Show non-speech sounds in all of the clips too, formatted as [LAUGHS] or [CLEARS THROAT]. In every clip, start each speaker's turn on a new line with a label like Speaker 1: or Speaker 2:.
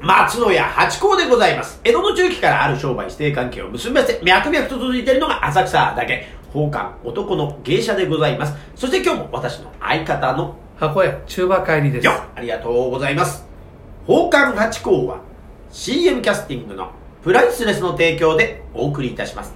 Speaker 1: 松野屋八甲でございます。江戸の中期からある商売指定関係を結びまして、脈々と続いているのが浅草だけ、宝冠男の芸者でございます。そして今日も私の相方の
Speaker 2: 箱屋中馬帰りです
Speaker 1: よありがとうございます宝冠八甲は CM キャスティングのプライスレスの提供でお送りいたします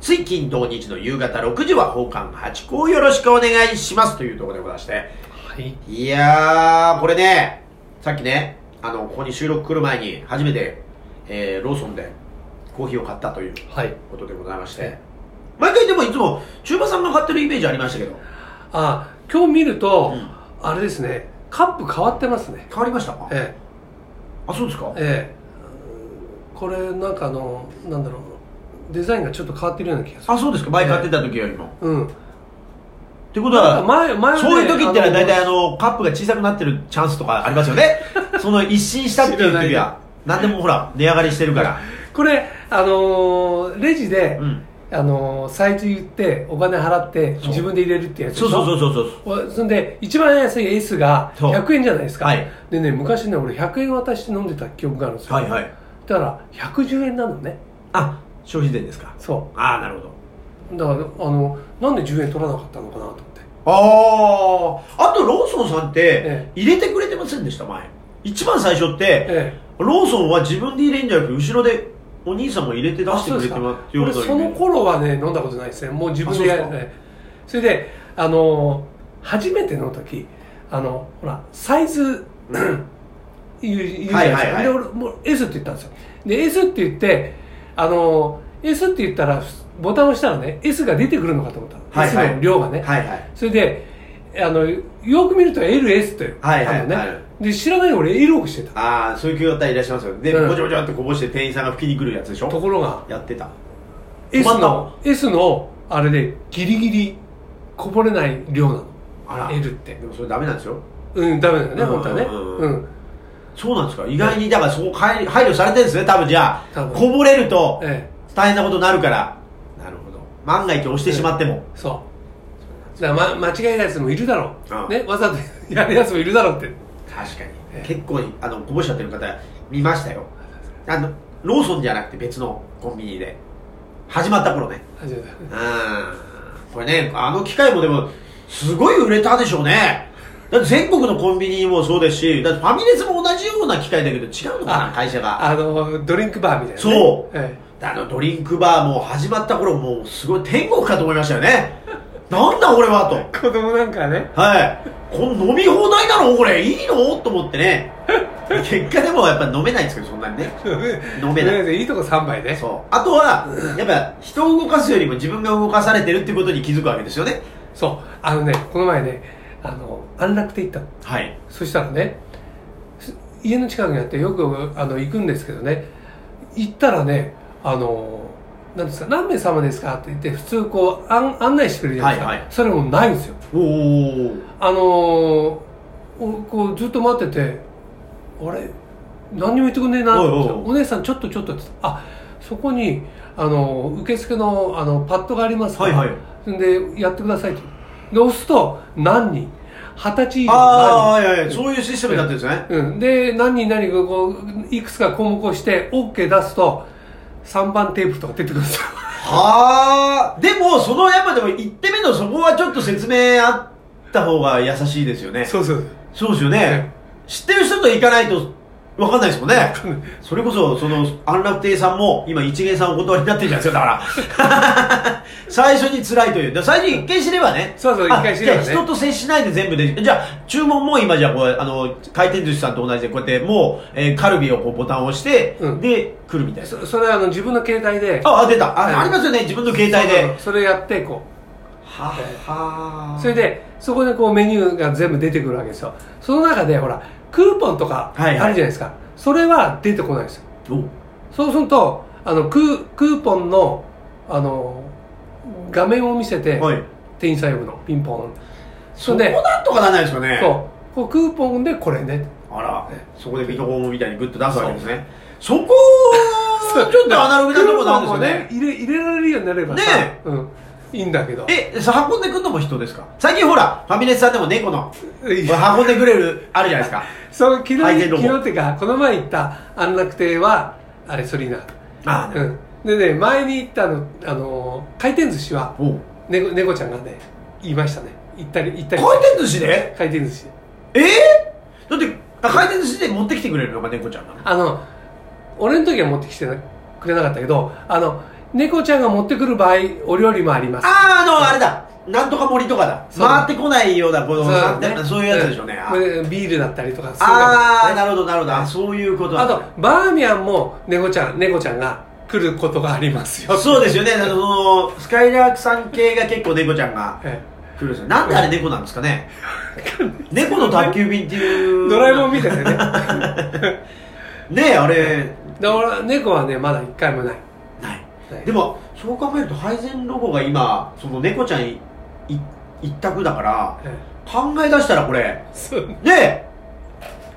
Speaker 1: つい金土日の夕方6時は宝冠八甲をよろしくお願いしますというところでございまして
Speaker 2: はい
Speaker 1: いやーこれねさっきねあのここに収録来る前に初めて、えーローソンでコーヒーを買ったという
Speaker 2: はい
Speaker 1: ことでございまして毎回でもいつも中馬さんが買ってるイメージありましたけど
Speaker 2: あ今日見ると、
Speaker 1: うん
Speaker 2: あれですねカップ変わってますね
Speaker 1: 変わりましたか
Speaker 2: え
Speaker 1: あそうですか
Speaker 2: えええこれなんかあのなんだろうデザインがちょっと変わってるような気がする
Speaker 1: あそうですか前買ってた時よりも、
Speaker 2: うん
Speaker 1: ってことは、
Speaker 2: 前前はね
Speaker 1: そういう時ってのは大体あ
Speaker 2: あ
Speaker 1: の、カップが小さくなってるチャンスとかありますよ [LAUGHS] ね。その一新したっていう時は、何でもほら、値上がりしてるから。
Speaker 2: これあのーレジで、
Speaker 1: うん。
Speaker 2: あのーサイズ言ってお金払って
Speaker 1: そう
Speaker 2: 自分で入れるってやつでし
Speaker 1: そ
Speaker 2: ょ
Speaker 1: うそうそうそうそう。
Speaker 2: おそんで一番安い S が
Speaker 1: そう
Speaker 2: 100円じゃないですか、
Speaker 1: はい
Speaker 2: でね昔ね俺100円渡して飲んでた記憶があるんですよ、
Speaker 1: はいはい。
Speaker 2: だから110円なのね
Speaker 1: あ、消費税ですか。
Speaker 2: そ
Speaker 1: ああ、なるほど。
Speaker 2: うだからあのなんで10円取らなかったのかなと思って
Speaker 1: ああ、あとローソンさんっ
Speaker 2: え
Speaker 1: て、入れてくれてませんでした、前。一番最初って、
Speaker 2: ええ
Speaker 1: ローソンは自分で入れんじゃなくて、後ろでお兄さんも入れて出
Speaker 2: あ
Speaker 1: して
Speaker 2: そう
Speaker 1: く
Speaker 2: で
Speaker 1: れて
Speaker 2: すか
Speaker 1: もらって
Speaker 2: 俺その頃はね飲んだことないですねもう自分でや
Speaker 1: あ
Speaker 2: る
Speaker 1: そうです
Speaker 2: ねそれであの初めての時あのほらサイ [CLEARS THROAT] ズ言う言うじゃないですか、
Speaker 1: はいはいはい
Speaker 2: で俺もう S って言ったんですよで S って言ってあの S って言ったらボタンを押したらね S が出てくるのかと思ったの、
Speaker 1: はいはい
Speaker 2: S の量がね、
Speaker 1: はいはい。
Speaker 2: それであのよく見ると LS という
Speaker 1: はいはい
Speaker 2: あのね、
Speaker 1: は
Speaker 2: で知らない俺 L をしてた
Speaker 1: ああ、そういう方いらっしゃいますよね。で、
Speaker 2: うん
Speaker 1: ぼちょぼちょってこぼして店員さんが吹きに来るやつでしょ
Speaker 2: ところが
Speaker 1: やってた
Speaker 2: S
Speaker 1: 困った
Speaker 2: の S のあれでギリギリこぼれない量なの
Speaker 1: あら
Speaker 2: L って
Speaker 1: でもそれダメなんですよ
Speaker 2: うんダメだよね
Speaker 1: うん
Speaker 2: 本当はね
Speaker 1: うん
Speaker 2: うん
Speaker 1: そうなんですか意外にだからそこ配配慮されてるんですね多分じゃ
Speaker 2: 多
Speaker 1: あ
Speaker 2: 分
Speaker 1: こぼれると
Speaker 2: え
Speaker 1: 大変なことになるからなるほど万が一押してしまっても、
Speaker 2: えそうだから、ま、間違えるやつもいるだろ
Speaker 1: ああ
Speaker 2: うねわざとやるやつもいるだろうって
Speaker 1: 確かに、
Speaker 2: ええ
Speaker 1: 結構あのこぼしちゃってる方見ましたよあのローソンじゃなくて別のコンビニで始まった頃ね
Speaker 2: 初め
Speaker 1: う
Speaker 2: て
Speaker 1: んこれねあの機械もでもすごい売れたでしょうねだって全国のコンビニもそうですしだってファミレスも同じような機械だけど違うのかな
Speaker 2: あ
Speaker 1: 会社が
Speaker 2: あのドリンクバーみたいなね
Speaker 1: そう
Speaker 2: え
Speaker 1: あのドリンクバーも始まった頃もうすごい天国かと思いましたよ
Speaker 2: [LAUGHS]
Speaker 1: ねなんだ俺は
Speaker 2: え
Speaker 1: と
Speaker 2: 子供なんかね
Speaker 1: はいこの飲み放題だろこれいいのと思ってね結果でもやっぱ飲めないんですけどそんなにね飲めない
Speaker 2: いいいとこ3杯ね
Speaker 1: そうあとはやっぱ人を動かすよりも自分が動かされてるってことに気づくわけですよね
Speaker 2: そうあのねこの前ねあの安楽亭行ったの
Speaker 1: はい
Speaker 2: そしたらねす家の近くにあってよくあの行くんですけどね行ったらねあの何ですか何名様ですかって言って普通こう案案内してくれるじゃないですか、
Speaker 1: はいはい
Speaker 2: それもないんですよ
Speaker 1: おお
Speaker 2: あのおこうずっと待っててあれ何にも言ってくんねえなって
Speaker 1: おいおいおい
Speaker 2: お姉さんちょっとちょっとって言ってあそこにあの受付のあのパッドがありますから、
Speaker 1: はいは
Speaker 2: それでやってくださいとで押すと何人二十歳以上
Speaker 1: ああい
Speaker 2: 何人
Speaker 1: やいやそういうシステムになってるんですね
Speaker 2: うん、で何人何がこういくつか項目をして OK 出すと3番テープとか出てくるんですよ
Speaker 1: はあでもそのやっぱでも1手目のそこはちょっと説明あった方が優しいですよね
Speaker 2: そうそう
Speaker 1: そうですよね
Speaker 2: ね。
Speaker 1: 知ってる人と行かないと分かんないですもんね。 [LAUGHS] それこそ、その、安楽亭さんも、今一元さんお断りになってるじゃないですか、だから。最初に辛いという。で最初に一回知ればね。
Speaker 2: そうそう
Speaker 1: あ
Speaker 2: 一回知ればね
Speaker 1: じゃあ人と接しないで全部で。じゃあ、注文も今じゃあこう、あの、回転寿司さんと同じで、こうやって、もう、えーカルビをこうボタンを押して、
Speaker 2: うん
Speaker 1: で、来るみたいな。
Speaker 2: そそれはあの自分の携帯で
Speaker 1: あ、あ出た。あ、
Speaker 2: はい
Speaker 1: ありますよね、自分の携帯
Speaker 2: そう
Speaker 1: で
Speaker 2: そう。それやってこ
Speaker 1: はは
Speaker 2: うそれでそこでこうメニューが全部出てくるわけですよその中でほらクーポンとかあ
Speaker 1: はいは
Speaker 2: る
Speaker 1: い
Speaker 2: じゃないですか、それは出てこないですよ
Speaker 1: お
Speaker 2: そうするとあのクークーポンのあの画面を見せて、
Speaker 1: はい。
Speaker 2: 店員さん呼ぶのピンポン
Speaker 1: そ
Speaker 2: そ
Speaker 1: こ
Speaker 2: れで
Speaker 1: なんとかならないですよね。
Speaker 2: そうこうクーポンでこれね
Speaker 1: あら
Speaker 2: ね、
Speaker 1: そこでビトコンみたいにグッと出すわけですね。そこちょっとアナログなとこなんですよね。
Speaker 2: 入れ入れられるようになればさ
Speaker 1: ね
Speaker 2: うん、いいんだけど
Speaker 1: え、そ運んでくんのも人ですか最近ほら、ファミレスさんでも猫の、
Speaker 2: いや
Speaker 1: 運んでくれる、あるじゃないですか。
Speaker 2: その昨日
Speaker 1: はいでどう
Speaker 2: 昨
Speaker 1: も
Speaker 2: 日っていうかこの前行った安楽亭はあれソリーナ
Speaker 1: あ
Speaker 2: う
Speaker 1: ー
Speaker 2: んでね前に行ったあのあの回転寿司は
Speaker 1: おう
Speaker 2: 猫猫ちゃんがね言いましたね行ったり行ったり
Speaker 1: 回転寿司で
Speaker 2: 回転寿司
Speaker 1: えー、だって、あ回転寿司で持ってきてくれるのが猫ちゃんなの
Speaker 2: あの俺の時は持ってきてなくれなかったけどあの猫ちゃんが持ってくる場合お料理もあります
Speaker 1: あー、あの、あれだ。なんとか森とかだ。
Speaker 2: そう
Speaker 1: 回ってこないような、この、なん
Speaker 2: ね
Speaker 1: そういうやつでしょうね。あー
Speaker 2: うんビールだったりとか
Speaker 1: あー、
Speaker 2: あ
Speaker 1: なるほど、なるほど。あ、そういうことなんだ
Speaker 2: あとバーミヤンも猫ちゃん猫ちゃんが来ることがありますよ
Speaker 1: そうですよね。あの、そのスカイラークさん系が結構猫ちゃんが
Speaker 2: え
Speaker 1: 来るんですよ。なんであれ猫なんですかね猫の宅急便ってい
Speaker 2: え
Speaker 1: う。
Speaker 2: ドラえもんみたい
Speaker 1: な。
Speaker 2: なね
Speaker 1: ねえ、あれ、
Speaker 2: だから猫はねまだ一回もない
Speaker 1: ない。
Speaker 2: ない
Speaker 1: でも、そう考えると、配膳ロボが今、その猫ちゃんいい一択だから、
Speaker 2: え
Speaker 1: 考え出したらこれ、
Speaker 2: えそう
Speaker 1: ねえ、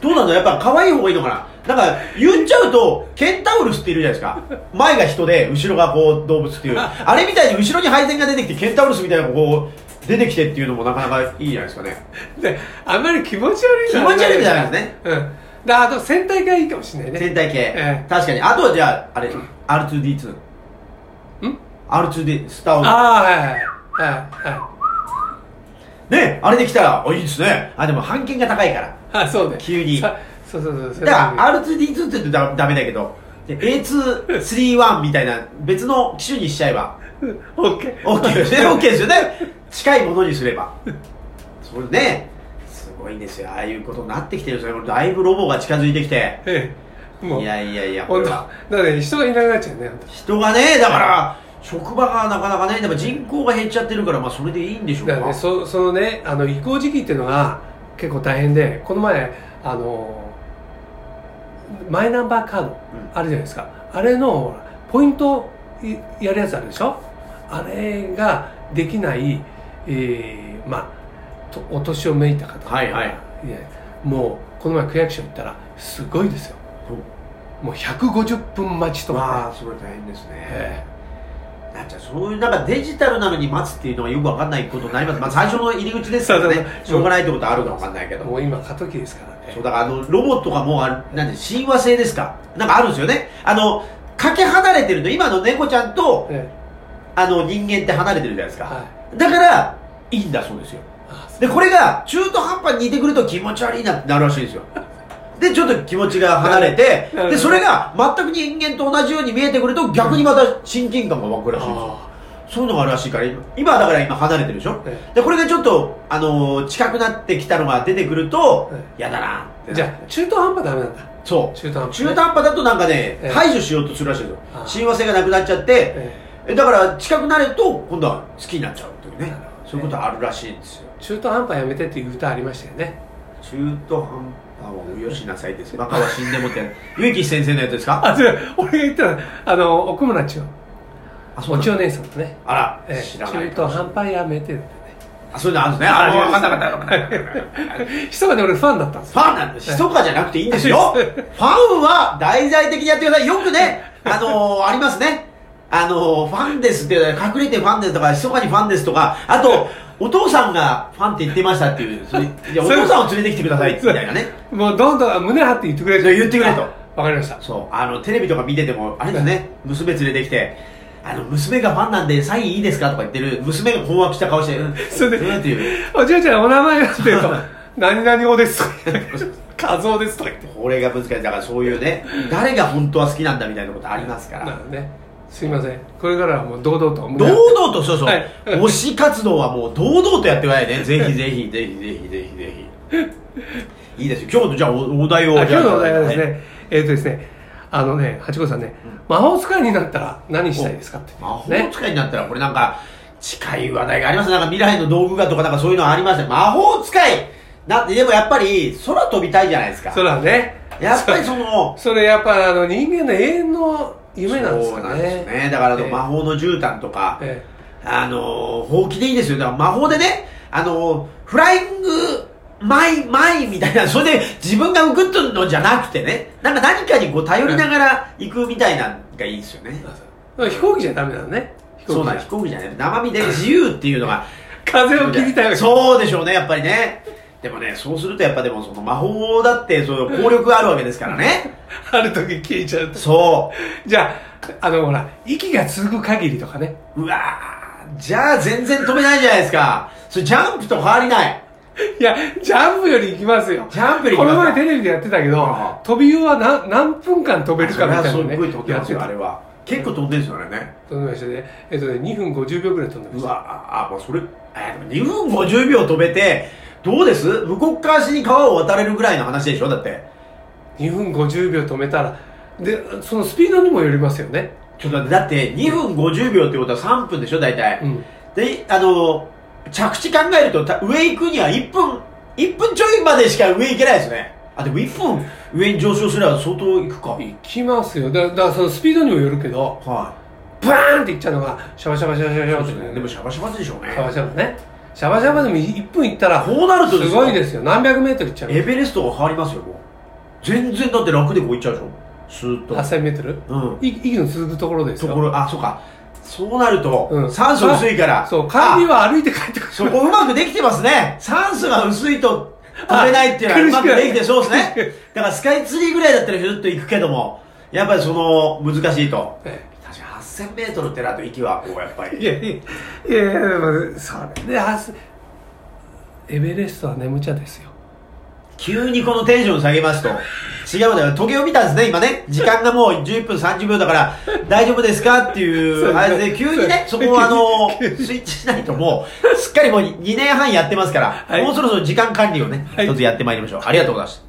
Speaker 1: どうなんだやっぱ可愛い方がいいのかななんか、言っちゃうと、ケンタウルスっているじゃないですか。前が人で、後ろがこう動物っていう。あれみたいに後ろに配膳が出てきて、ケンタウルスみたいなのがこう、出てきてっていうのもなかなかいいじゃないですかね。
Speaker 2: であんまり気持ち悪いのは
Speaker 1: 気持ち悪いじゃないですね
Speaker 2: うんであと戦隊がいいかもしれないね
Speaker 1: 全体系、
Speaker 2: ええ
Speaker 1: 確かに。あとはじゃあ、あれ、R2D2。
Speaker 2: ん
Speaker 1: ?R2D、スターウォーズ
Speaker 2: ああはいはいはいはい
Speaker 1: ねあれできたら、あ、いいですね。あ、でも、半券が高いから。
Speaker 2: あそうね
Speaker 1: 急に
Speaker 2: さそうそうそうそう
Speaker 1: だから、R2D2 って言うとダダメだけど、で A2、3、1みたいな、別の機種にしちゃえば、
Speaker 2: オッケー [LAUGHS]
Speaker 1: OK ですね。OK ですよね。近いものにすれば。それね、すごいんですよ。ああいうことになってきてるんですよ。だいぶロボが近づいてきて。
Speaker 2: ええもう
Speaker 1: いやいやいや、こ
Speaker 2: 本
Speaker 1: れ
Speaker 2: 当
Speaker 1: は
Speaker 2: だから人がいなくなっちゃうね本
Speaker 1: 人がね、だから、職場がなかなかね、でも人口が減っちゃってるから、まあ、それでいいんでしょう
Speaker 2: 当
Speaker 1: か。
Speaker 2: だからねそそのねあの移行時期っていうのが結構大変でこの前あのマイナンバーカード
Speaker 1: ん
Speaker 2: あるじゃないですか、あれのほらポイントいやるやつあるでしょあれができない、えーまあとお年をめいた方とか
Speaker 1: はいはい
Speaker 2: やもうこの前区役所行ったらすごいですよもう150分待ちと
Speaker 1: ま
Speaker 2: か
Speaker 1: あ、すごい大変ですね。
Speaker 2: ね、え
Speaker 1: なんかそういうなんかデジタルなのに待つっていうのはよくわかんないことになります、まあ、最初の入り口ですから
Speaker 2: そう
Speaker 1: ね
Speaker 2: そうそう
Speaker 1: しょうがないってことはあるかわかんないけ
Speaker 2: え
Speaker 1: ど
Speaker 2: もう今過渡期ですからね
Speaker 1: そうだからあのロボットがもうあれなんで親和性ですかなんかあるんですよねあのかけ離れてるの今の猫ちゃんと
Speaker 2: え
Speaker 1: あの人間って離れてるじゃないです
Speaker 2: え
Speaker 1: か、
Speaker 2: はい
Speaker 1: だからいいんだそうですよ
Speaker 2: あそう
Speaker 1: でこれが中途半端に似てくると気持ち悪いなってなるらしいんですよでちょっと気持ちが離れて
Speaker 2: なるほど
Speaker 1: でそれが全く人間と同じように見えてくると逆にまた親近感が湧くらしいんですよ
Speaker 2: あ
Speaker 1: そういうのがあるらしいから、今今はだから今離れてるでしょ、
Speaker 2: え
Speaker 1: で、これがちょっと、あのー近くなってきたのが出てくると、
Speaker 2: え
Speaker 1: 嫌だなって
Speaker 2: あじゃあ中途半端ダメなんだ
Speaker 1: そう。
Speaker 2: 中途半端、
Speaker 1: 中途半端だとなんかね、
Speaker 2: ええ
Speaker 1: 排除しようとするらしいんですよ
Speaker 2: あ。あ
Speaker 1: 親和性がなくなっちゃって、
Speaker 2: え
Speaker 1: えだから近くなると、今度は好きになっちゃうというね
Speaker 2: なるほどね。
Speaker 1: そういうことあるらしいんですよ。
Speaker 2: え中途半端やめてっていう歌ありましたよね
Speaker 1: 中途半端をよしなさいです。バカは死んでもって。植木先生のやつですか
Speaker 2: あ違う俺が言ったらあの奥村千代
Speaker 1: あ、
Speaker 2: お千
Speaker 1: な
Speaker 2: 代
Speaker 1: の
Speaker 2: 姉さんのね、
Speaker 1: あら、
Speaker 2: ええ
Speaker 1: 知らない
Speaker 2: 中
Speaker 1: か
Speaker 2: 途
Speaker 1: もしれない。
Speaker 2: 半端やめてってね
Speaker 1: あ、そういうのあるんですね。あ、わかんなかった、わかんなかった。
Speaker 2: 人がね俺ファンだったんです
Speaker 1: ファンなんです。ひそかじゃなくていいんですよ。ファンは大々的にやってください。よくね、あのーありますね。あのーファンですって、隠れてファンですとか、ひそかにファンですとか、あと、お父さんがファンって言ってましたっていう、それいやお
Speaker 2: そう
Speaker 1: 父さんを連れてきてくださいみたいなね。
Speaker 2: もうどんどん胸張って言ってくれと
Speaker 1: 言ってくれと
Speaker 2: わかりました
Speaker 1: そう、あの、テレビとか見てても、あれですね、娘連れてきて、あの、娘がファンなんでサインいいですかとか言ってる、娘が困惑した顔して、うん、
Speaker 2: それで
Speaker 1: うんっていう。
Speaker 2: おじいちゃんお名前はって言
Speaker 1: [LAUGHS]
Speaker 2: うと「何々おです」とか [LAUGHS] 和夫です」とか言って
Speaker 1: これが難しい。だからそういうね、誰が本当は好きなんだみたいなことありますか
Speaker 2: な
Speaker 1: ら。
Speaker 2: のでねすいませんこれからはもう堂々と
Speaker 1: 堂々とそうそう、
Speaker 2: はい
Speaker 1: 推し活動はもう堂々とやってくださいねぜひぜひぜひぜひぜひぜひいいですよ今日のじゃあおお題を
Speaker 2: あ
Speaker 1: じ
Speaker 2: 今
Speaker 1: ゃあ
Speaker 2: 日のお題はですね、
Speaker 1: はい
Speaker 2: えっ、とですね、あのね、八子さんね、魔法使いになったら何したいですかって、ね。
Speaker 1: 魔法使いになったらこれなんか近い話題がありますなんか未来の道具がとかなんかそういうのありますね魔法使いなんてでもやっぱり空飛びたいじゃないですか
Speaker 2: それはね、
Speaker 1: やっぱりその
Speaker 2: そそれやっぱあの人間の永遠の夢なんです
Speaker 1: そう
Speaker 2: か
Speaker 1: な
Speaker 2: ね。
Speaker 1: んですねだからあの
Speaker 2: ええ
Speaker 1: 魔法の絨毯とか、
Speaker 2: え
Speaker 1: あのー、ほうきでいいですよ。だから魔法でね、あのー、フライング、マイ、マイみたいな、それで自分が浮くっとんのじゃなくてね、なんか何かにこう頼りながら行くみたいなのがいいですよね
Speaker 2: え。だから飛行機じゃダメなのね。飛飛行機
Speaker 1: そうなん飛行機じゃない生身で自由っていうのが
Speaker 2: 風を切りたいわけ
Speaker 1: そうでしょうねやっぱりねでもねそうするとやっぱでもその魔法だってそういう効力があるわけですからね
Speaker 2: ある時消えちゃうと
Speaker 1: そ
Speaker 2: じゃああのほら息が続く限りとかね
Speaker 1: ううわーじゃあ全然飛べないじゃないですかそれジャンプと変わりない
Speaker 2: いやジャンプより行きますよ
Speaker 1: ジャンプより行
Speaker 2: こ
Speaker 1: きま
Speaker 2: の
Speaker 1: すか
Speaker 2: 前テレビでやってたけど、
Speaker 1: うん
Speaker 2: 飛び湯は何何分間飛べる
Speaker 1: そ
Speaker 2: か
Speaker 1: れ
Speaker 2: みたい
Speaker 1: は
Speaker 2: な
Speaker 1: すっ
Speaker 2: ね
Speaker 1: ごい飛んで
Speaker 2: や
Speaker 1: ま
Speaker 2: っ
Speaker 1: す
Speaker 2: て
Speaker 1: よあ
Speaker 2: た
Speaker 1: れは結構飛んでるんですよあれね
Speaker 2: 飛んでましたねえっとね2分50秒ぐらい飛んでま
Speaker 1: う
Speaker 2: した
Speaker 1: わあ、まあ、それ、えー、でも2分50秒飛べて、どうです向こう側足に川を渡れるぐらいの話でしょだって。
Speaker 2: 2分50秒止めたらでそのスピードにもよりますよね
Speaker 1: ちょっと待って、だって2分50秒ってことは3分でしょ大体。
Speaker 2: うん
Speaker 1: で、あのー、着地考えるとた上行くには1分、1分ちょいまでしか上行けないですね。あ、でも1分上に上昇すれば相当行くか。はい。
Speaker 2: 行きますよだだからそのスピードにもよるけどバーンっていっちゃうのがシャバシャバシャバシャバシャバ
Speaker 1: そうですね。でもシャバシャバでしょう
Speaker 2: シ
Speaker 1: ね。
Speaker 2: ャバシャバねシャバシャバでも1分いったら
Speaker 1: こうなるとですすよ
Speaker 2: ごいですよ何百メートルいっちゃう
Speaker 1: エベレストが変わりますよ、もう。全然だって楽でこう行っちゃうでしょスーッと。
Speaker 2: 8000メートル
Speaker 1: うん。
Speaker 2: い息の続くところです
Speaker 1: と
Speaker 2: よ
Speaker 1: ころあそうかそうなると、
Speaker 2: うん
Speaker 1: 酸素薄いから
Speaker 2: そう帰り
Speaker 1: は
Speaker 2: は歩いて帰ってくる
Speaker 1: そこうまくできてますね酸素が薄いと飛べないっていうのは
Speaker 2: あ
Speaker 1: うまく
Speaker 2: 苦しくなる
Speaker 1: できてそうです
Speaker 2: [LAUGHS]
Speaker 1: ねだからスカイツリーぐらいだったらひゅっと行くけどもやっぱりその難しいと
Speaker 2: え
Speaker 1: 確かに 8000m ってなると息はこうやっぱ
Speaker 2: えい
Speaker 1: り
Speaker 2: やいやいやいやでもそれであすエベレストは眠ちゃですよ
Speaker 1: 急にこのテンション下げますと違うだよ時計を見たんですね今ね時間がもう11分30秒だから大丈夫ですかってい
Speaker 2: そうう
Speaker 1: あれで急にねそ
Speaker 2: そう
Speaker 1: こをあのスイッチしないともうすっかりもう2年半やってますから、
Speaker 2: はい
Speaker 1: もうそろそろ時間管理をね
Speaker 2: はい
Speaker 1: 一つやってまいりましょうありがとうございました